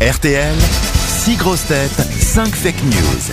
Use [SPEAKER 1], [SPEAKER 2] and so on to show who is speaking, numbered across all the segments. [SPEAKER 1] RTL, 6 grosses têtes, 5 fake news.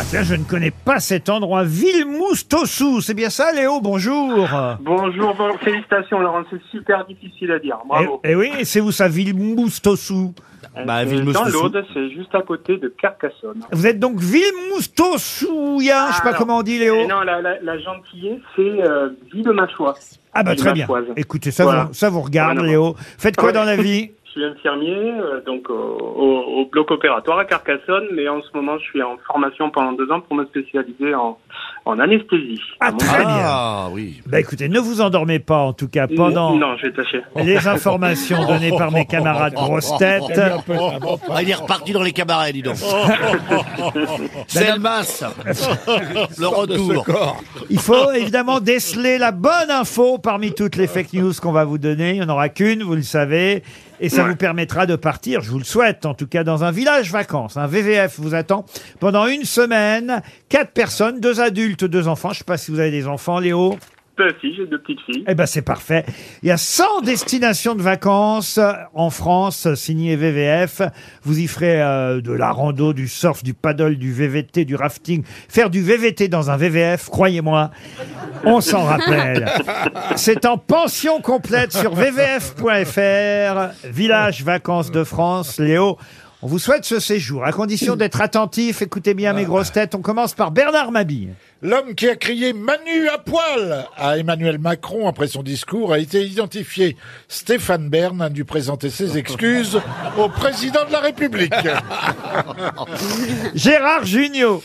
[SPEAKER 2] Ah tiens, je ne connais pas cet endroit. Villemoustosou, c'est bien ça, Léo Bonjour.
[SPEAKER 3] Bonjour, bon- félicitations Laurent, c'est super difficile à dire, bravo.
[SPEAKER 2] Et, oui, et c'est où ça, Villemoustosou
[SPEAKER 3] Euh,
[SPEAKER 4] bah,
[SPEAKER 3] c'est dans
[SPEAKER 4] Villemostosou.
[SPEAKER 3] l'Aude, c'est juste à côté de Carcassonne.
[SPEAKER 2] Vous êtes donc Villemoustosouien, je sais pas
[SPEAKER 3] Ah,
[SPEAKER 2] comment on dit,
[SPEAKER 3] Et
[SPEAKER 2] Léo.
[SPEAKER 3] non, la, la, la gentillesse, c'est euh, Villemachois.
[SPEAKER 2] Ah bah très bien.
[SPEAKER 3] Villemarquoise.
[SPEAKER 2] Écoutez, ça,
[SPEAKER 3] Voilà.
[SPEAKER 2] vous, ça vous regarde,
[SPEAKER 3] Voilà.
[SPEAKER 2] Léo. Faites quoi
[SPEAKER 3] Ouais.
[SPEAKER 2] dans la vie
[SPEAKER 3] Je suis infirmier, euh, donc au, au- au bloc opératoire à Carcassonne, mais en ce moment, je suis en formation pendant deux ans pour me spécialiser en, en anesthésie.
[SPEAKER 2] Ah,
[SPEAKER 3] À mon-
[SPEAKER 2] très bien.
[SPEAKER 4] ah, oui.
[SPEAKER 2] Bah écoutez, ne vous endormez pas en tout cas pendant
[SPEAKER 3] Non, je vais tâcher.
[SPEAKER 2] les informations données par mes camarades grosses têtes.
[SPEAKER 4] il est reparti dans les cabarets, dis donc. C'est le masse. Le retour.
[SPEAKER 2] Il faut évidemment déceler la bonne info parmi toutes les fake news qu'on va vous donner. Il n'y en aura qu'une, vous le savez. Et ça vous permettra de partir, je vous le souhaite, en tout cas dans un village vacances. Un VVF vous attend pendant une semaine. Quatre personnes, deux adultes, deux enfants. Je ne sais pas si vous avez des enfants, Léo.
[SPEAKER 3] Peu si, j'ai deux petites filles.
[SPEAKER 2] Eh ben c'est parfait. Il y a 100 destinations de vacances euh, en France signées VVF. Vous y ferez euh, de la rando, du surf, du paddle, du VVT, du rafting. Faire du VVT dans un VVF, croyez-moi, on s'en rappelle. C'est en pension complète sur vvf.fr, Village Vacances de France, Léo. On vous souhaite ce séjour, à condition d'être attentif. Écoutez bien mes grosses têtes. On commence par Bernard Mabille.
[SPEAKER 5] L'homme qui a crié Manu à poil à Emmanuel Macron après son discours a été identifié. Stéphane Bern a dû présenter ses excuses au président de la République.
[SPEAKER 4] Euh,
[SPEAKER 2] Gérard Junior.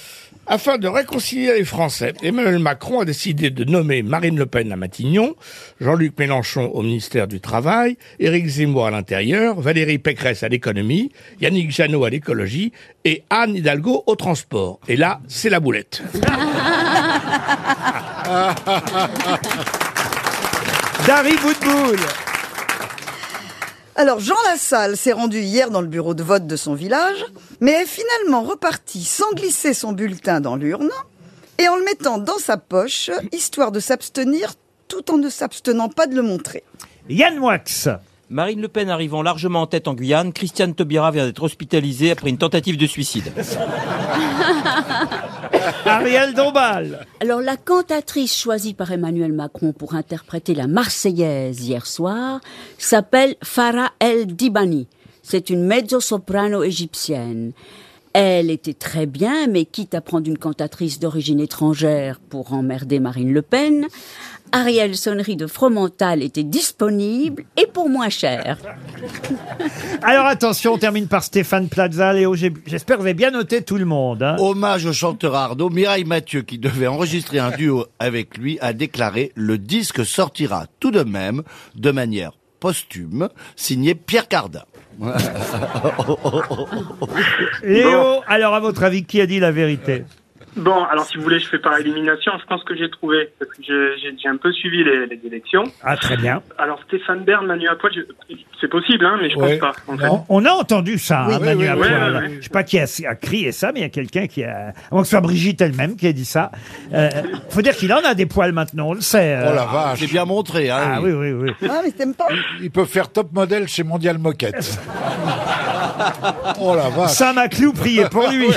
[SPEAKER 6] Afin de réconcilier les Français, Emmanuel Macron a décidé de nommer Marine Le Pen à Matignon, Jean-Luc Mélenchon au ministère du Travail, Éric Zemmour à l'Intérieur, Valérie Pécresse à l'économie, Yannick Janot à l'écologie et Anne Hidalgo au transport. Et là, c'est la boulette.
[SPEAKER 2] Dari Boudboul.
[SPEAKER 7] Alors Jean Lassalle s'est rendu hier dans le bureau de vote de son village, mais est finalement reparti sans glisser son bulletin dans l'urne et en le mettant dans sa poche, histoire de s'abstenir tout en ne s'abstenant pas de le montrer.
[SPEAKER 2] Yann Wax.
[SPEAKER 8] Marine Le Pen arrivant largement en tête en Guyane, Christiane Taubira vient d'être hospitalisée après une tentative de suicide.
[SPEAKER 2] Ariel Dombal.
[SPEAKER 9] Alors la cantatrice choisie par Emmanuel Macron pour interpréter la Marseillaise hier soir s'appelle Farah El Dibani. C'est une mezzo-soprano égyptienne. Elle était très bien, mais quitte à prendre une cantatrice d'origine étrangère pour emmerder Marine Le Pen, Ariel Sonnery de Fromental était disponible et pour moins cher.
[SPEAKER 2] Alors attention, on termine par Stéphane Plaza. Léo, j'ai- j'espère que vous avez bien noté tout le monde.
[SPEAKER 3] Oh.
[SPEAKER 2] hein.
[SPEAKER 4] Hommage au chanteur Arnaud, Mireille Mathieu, qui devait enregistrer un duo avec lui, a déclaré le disque sortira tout de même de manière posthume, signé Pierre Cardin.
[SPEAKER 2] Léo, alors à votre avis, qui a dit la vérité
[SPEAKER 3] Bon, alors si vous voulez, je fais par élimination. Je pense que j'ai trouvé, parce que j'ai- j'ai j'ai un peu suivi les- les élections.
[SPEAKER 2] Ah très bien.
[SPEAKER 3] Alors Stéphane Bern, Manu à poil, je- c'est possible, hein, mais je
[SPEAKER 5] Ouais.
[SPEAKER 3] pense pas. En fait.
[SPEAKER 2] On, on a entendu ça, hein, Manu à
[SPEAKER 3] oui, oui,
[SPEAKER 2] poil.
[SPEAKER 3] oui.
[SPEAKER 2] Je sais pas qui a, a crié ça, mais il y a quelqu'un qui a... à moins que ce soit Brigitte elle-même qui a dit ça. Euh, faut dire qu'il en a des poils maintenant, on le sait. euh.
[SPEAKER 5] Oh la vache.
[SPEAKER 4] J'ai bien montré, hein.
[SPEAKER 2] Ah oui, oui, oui.
[SPEAKER 7] Ah mais t'aimes pas
[SPEAKER 5] Il peut faire top modèle chez Mondial Moquette. Oh la
[SPEAKER 3] Ah.
[SPEAKER 5] vache.
[SPEAKER 2] Saint-Maclou, priez pour lui.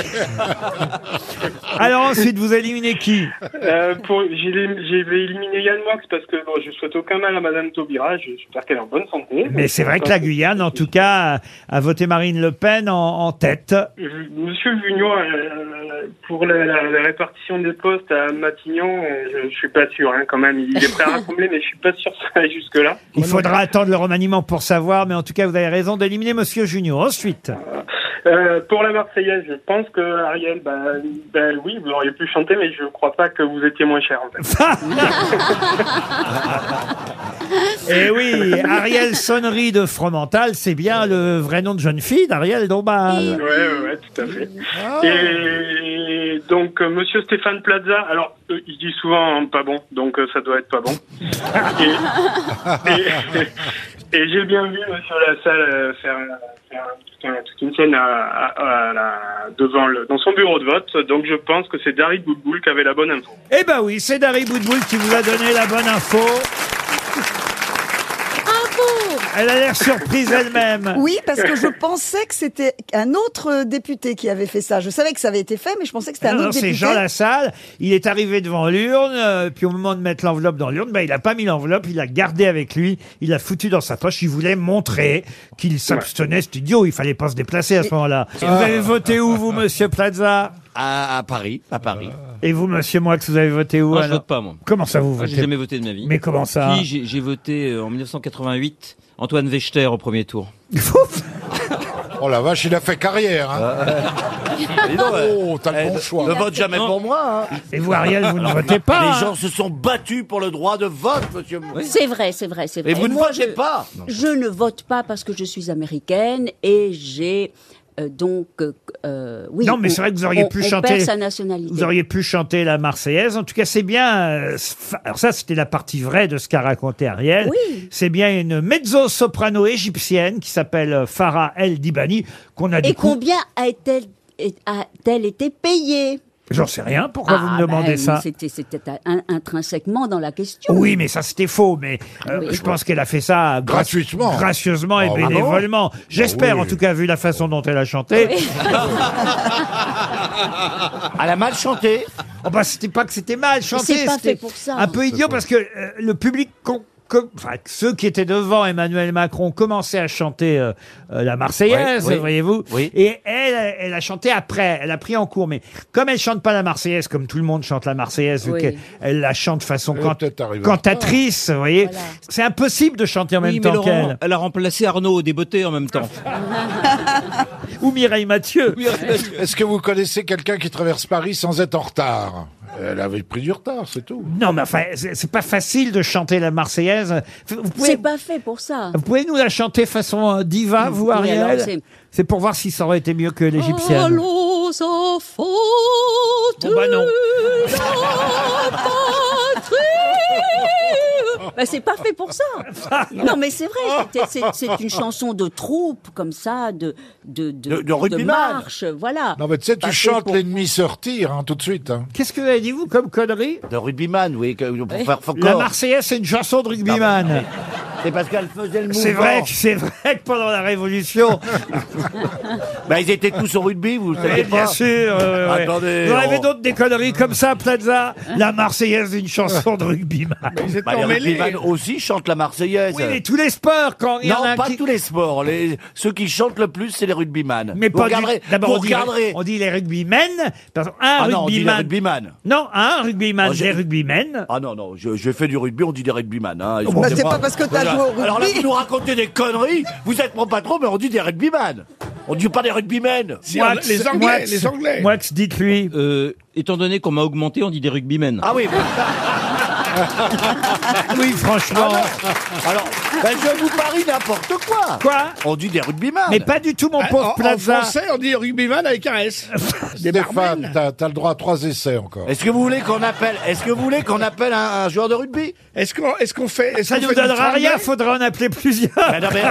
[SPEAKER 2] alors ensuite, vous éliminez qui
[SPEAKER 3] Euh, pour- j'ai élim- j'ai éliminé Yann Wax parce que bon, je souhaite aucun mal à Madame Taubira. je- J'espère qu'elle est en bonne santé.
[SPEAKER 2] Mais c'est vrai que la Guyane, en tout cas, a, a voté Marine Le Pen en- en tête.
[SPEAKER 3] Je- Monsieur Vignon, euh, pour la, la- la répartition des postes à Matignon, euh, je, je suis pas sûr hein, quand même. Il est prêt à rassembler, mais je suis pas sûr que ça aille jusque là.
[SPEAKER 2] Il faudra attendre le remaniement pour savoir, mais en tout cas, vous avez raison d'éliminer Monsieur Junior. Ensuite,
[SPEAKER 3] Euh, pour la Marseillaise, je pense que Ariel, bah, bah oui, vous auriez pu chanter, mais je crois pas que vous étiez moins cher. En fait.
[SPEAKER 2] eh oui, Ariel Sonnery de Fromental, c'est bien le vrai nom de jeune fille d'Ariel Dombal.
[SPEAKER 3] Ouais, ouais, ouais, tout à fait. Et donc, euh, monsieur Stéphane Plaza, alors, euh, il dit souvent euh, pas bon, donc euh, ça doit être pas bon. et et- et j'ai bien vu monsieur Lassalle euh, faire, faire toute un- toute une scène à, à- à la- devant le, dans son bureau de vote, donc je pense que c'est Dari Boudboul qui avait la bonne info.
[SPEAKER 2] Eh ben oui, c'est Dari Boudboul qui vous a donné la bonne info.
[SPEAKER 9] Bravo
[SPEAKER 2] Elle a l'air surprise elle-même.
[SPEAKER 7] Oui, parce que je pensais que c'était un autre euh, député qui avait fait ça. Je savais que ça avait été fait, mais je pensais que c'était un
[SPEAKER 2] Ah, Non, non,
[SPEAKER 7] autre
[SPEAKER 2] c'est
[SPEAKER 7] député.
[SPEAKER 2] Jean Lassalle. Il est arrivé devant l'urne, euh, puis au moment de mettre l'enveloppe dans l'urne, ben, il n'a pas mis l'enveloppe, il l'a gardée avec lui, il l'a foutue dans sa poche. Il voulait montrer qu'il s'abstenait, c'est idiot, il fallait pas se déplacer à ce moment-là. Vous
[SPEAKER 7] Ah.
[SPEAKER 2] avez voté où, vous, monsieur Plaza
[SPEAKER 4] À, à Paris, à Paris.
[SPEAKER 2] Et vous, monsieur Moix, vous avez voté où
[SPEAKER 8] Moi, je
[SPEAKER 2] alors
[SPEAKER 8] vote pas, moi.
[SPEAKER 2] Comment ça, Euh, vous
[SPEAKER 8] Moi,
[SPEAKER 2] votez
[SPEAKER 8] j'ai jamais voté de ma vie.
[SPEAKER 2] Mais comment ça
[SPEAKER 8] Si, j'ai- j'ai voté euh, en 1988 Antoine Wechter au premier tour.
[SPEAKER 5] Oh la vache, il a fait carrière. Hein.
[SPEAKER 4] Dis donc, ouais.
[SPEAKER 5] Oh, t'as
[SPEAKER 4] Eh,
[SPEAKER 5] le bon
[SPEAKER 4] ne-
[SPEAKER 5] choix.
[SPEAKER 4] Ne vote jamais
[SPEAKER 8] Non.
[SPEAKER 4] pour moi. hein.
[SPEAKER 2] Et vous, Ariel, vous ne votez pas
[SPEAKER 4] Les
[SPEAKER 2] hein
[SPEAKER 4] gens se sont battus pour le droit de vote, monsieur.
[SPEAKER 9] C'est vrai, c'est vrai, c'est vrai.
[SPEAKER 4] Et vous ne
[SPEAKER 9] Moi,
[SPEAKER 4] votez
[SPEAKER 9] je-
[SPEAKER 4] pas.
[SPEAKER 9] Je ne vote pas parce que je suis américaine et j'ai euh, donc euh, euh, oui.
[SPEAKER 2] Non, mais
[SPEAKER 9] on-
[SPEAKER 2] c'est vrai que vous auriez
[SPEAKER 9] on-
[SPEAKER 2] pu
[SPEAKER 9] on
[SPEAKER 2] chanter-
[SPEAKER 9] perd sa nationalité.
[SPEAKER 2] Vous auriez pu chanter la Marseillaise. En tout cas, c'est bien. euh, fa- Alors ça, c'était la partie vraie de ce qu'a raconté Ariel.
[SPEAKER 9] Oui.
[SPEAKER 2] C'est bien une mezzo-soprano égyptienne qui s'appelle euh, Farah El Dibani qu'on a
[SPEAKER 9] Et
[SPEAKER 2] découvert.
[SPEAKER 9] combien a-t-elle est- a-t-elle été payée
[SPEAKER 2] J'en sais rien. Pourquoi vous me
[SPEAKER 9] Ah,
[SPEAKER 2] demandez
[SPEAKER 9] ben,
[SPEAKER 2] ça
[SPEAKER 9] C'était c'était un- intrinsèquement dans la question. Ah
[SPEAKER 2] oui, mais ça c'était faux. Mais euh,
[SPEAKER 9] oui.
[SPEAKER 2] je pense qu'elle a fait ça gra-
[SPEAKER 5] Gratuitement.
[SPEAKER 2] gracieusement et
[SPEAKER 5] Ah oui.
[SPEAKER 2] bénévolement. J'espère,
[SPEAKER 5] Ah oui.
[SPEAKER 2] en tout cas, vu la façon dont elle a chanté.
[SPEAKER 4] Elle a mal chanté.
[SPEAKER 2] Oh bah c'était pas que c'était mal chanté,
[SPEAKER 9] c'est pas
[SPEAKER 2] c'était
[SPEAKER 9] fait pour ça.
[SPEAKER 2] un peu idiot parce que euh, le public con- com- enfin, ceux qui étaient devant Emmanuel Macron commençaient à chanter euh, euh, la Marseillaise,
[SPEAKER 4] Ouais, ouais.
[SPEAKER 2] voyez-vous.
[SPEAKER 4] Oui.
[SPEAKER 2] Et elle, elle a chanté après, elle a pris en cours. Mais comme elle chante pas la Marseillaise, comme tout le monde chante la Marseillaise, vu
[SPEAKER 9] Oui.
[SPEAKER 2] qu'elle elle la chante façon
[SPEAKER 5] Elle
[SPEAKER 2] cant-
[SPEAKER 5] est peut-être arrivée en
[SPEAKER 2] cantatrice, vous voyez.
[SPEAKER 9] Voilà.
[SPEAKER 2] C'est impossible de chanter en
[SPEAKER 8] Oui,
[SPEAKER 2] même
[SPEAKER 8] mais
[SPEAKER 2] temps
[SPEAKER 8] Laurent,
[SPEAKER 2] qu'elle.
[SPEAKER 8] elle a remplacé Arnaud au débeauté en même temps.
[SPEAKER 2] Ou Mireille Mathieu.
[SPEAKER 5] Est-ce que vous connaissez quelqu'un qui traverse Paris sans être en retard Elle avait pris du retard, c'est tout.
[SPEAKER 2] Non, mais enfin, c'est c'est pas facile de chanter la Marseillaise. Vous pouvez
[SPEAKER 9] C'est pas fait pour ça.
[SPEAKER 2] Vous pouvez nous la chanter façon euh, diva, vous,
[SPEAKER 9] Oui, alors,
[SPEAKER 2] Ariel
[SPEAKER 9] c'est- Oh,
[SPEAKER 2] C'est pour voir si ça aurait été mieux que l'égyptienne.
[SPEAKER 9] Allons enfants de
[SPEAKER 2] Bon, bah non.
[SPEAKER 9] la patrie. Bah, c'est pas fait pour ça. Non mais c'est vrai, c'était- c'est- c'est une chanson de troupe comme ça, de de de,
[SPEAKER 4] De- de rugbyman.
[SPEAKER 9] marche, voilà.
[SPEAKER 5] Non, mais tu sais, tu
[SPEAKER 9] Pas fait
[SPEAKER 5] chantes
[SPEAKER 9] pour-
[SPEAKER 5] l'ennemi sortir hein, tout de suite. hein.
[SPEAKER 2] Qu'est-ce que vous avez dit, vous, comme connerie
[SPEAKER 4] De rugbyman, oui, que- pour faire faux
[SPEAKER 2] La
[SPEAKER 4] corps.
[SPEAKER 2] Marseillaise, c'est une chanson de rugbyman.
[SPEAKER 4] C'est parce qu'elle faisait le mouvement.
[SPEAKER 2] C'est vrai, que- c'est vrai que pendant la Révolution,
[SPEAKER 4] Bah, ils étaient tous au rugby, vous le savez
[SPEAKER 2] mais bien
[SPEAKER 4] pas.
[SPEAKER 2] sûr, euh, ouais.
[SPEAKER 4] Eh Attendez,
[SPEAKER 2] vous en avez
[SPEAKER 4] on-
[SPEAKER 2] d'autres des conneries comme ça,
[SPEAKER 9] Hein
[SPEAKER 2] Plaza La Marseillaise, une chanson de rugbyman.
[SPEAKER 6] Ils étaient
[SPEAKER 4] Bah, les
[SPEAKER 6] emmêlés.
[SPEAKER 4] rugbyman aussi chantent la Marseillaise.
[SPEAKER 2] Oui, mais tous les sports, quand il y en a
[SPEAKER 4] non,
[SPEAKER 2] un
[SPEAKER 4] pas
[SPEAKER 2] qui-
[SPEAKER 4] tous les sports. Les... Ceux qui chantent le plus, c'est les rugbyman.
[SPEAKER 2] Mais
[SPEAKER 4] vous
[SPEAKER 2] pas du-
[SPEAKER 4] regarderez.
[SPEAKER 2] D'abord,
[SPEAKER 4] vous
[SPEAKER 2] on, dit-
[SPEAKER 4] regarderez.
[SPEAKER 2] on dit les rugbymen. Parce qu'un
[SPEAKER 4] Ah non, on dit les
[SPEAKER 2] rugbyman.
[SPEAKER 4] rugbyman.
[SPEAKER 2] non, un rugbyman,
[SPEAKER 4] Oh, j'ai-
[SPEAKER 2] des rugbymen.
[SPEAKER 4] Ah non, non, je, je fais du rugby, on dit des rugbyman. Hein,
[SPEAKER 7] Bah, c'est
[SPEAKER 4] excusez-moi.
[SPEAKER 7] pas parce que t'as
[SPEAKER 4] Voilà.
[SPEAKER 7] joué au
[SPEAKER 4] Alors là,
[SPEAKER 7] rugby.
[SPEAKER 4] vous nous racontez des conneries. Vous êtes mon patron, mais on dit des rugbyman. On dit pas des rugbymen.
[SPEAKER 6] Si, on- les Anglais,
[SPEAKER 2] Moix,
[SPEAKER 6] les Anglais.
[SPEAKER 2] Moix, dites-lui.
[SPEAKER 8] Euh, étant donné qu'on m'a augmenté, on dit des rugbymen.
[SPEAKER 4] Ah oui.
[SPEAKER 6] Ah
[SPEAKER 2] Oui, franchement.
[SPEAKER 4] Alors, ben, je vous parie n'importe quoi.
[SPEAKER 2] Quoi
[SPEAKER 4] On dit des rugbyman.
[SPEAKER 2] Mais pas du tout, mon
[SPEAKER 6] Ah,
[SPEAKER 2] pauvre
[SPEAKER 6] en- en,
[SPEAKER 2] Plaza.
[SPEAKER 6] français, on dit rugbyman avec un S. Des barmen.
[SPEAKER 5] Stéphane, t'as t'as le droit à trois essais encore.
[SPEAKER 4] Est-ce que vous voulez qu'on appelle, est-ce que vous voulez qu'on appelle un, un joueur de rugby
[SPEAKER 6] Est-ce qu'on est-ce qu'on fait Bah, est-ce
[SPEAKER 2] Ça
[SPEAKER 6] qu'on
[SPEAKER 2] ne nous
[SPEAKER 6] fait du
[SPEAKER 2] donnera
[SPEAKER 6] tramway
[SPEAKER 2] rien, faudra en appeler plusieurs.
[SPEAKER 4] Ben non, mais-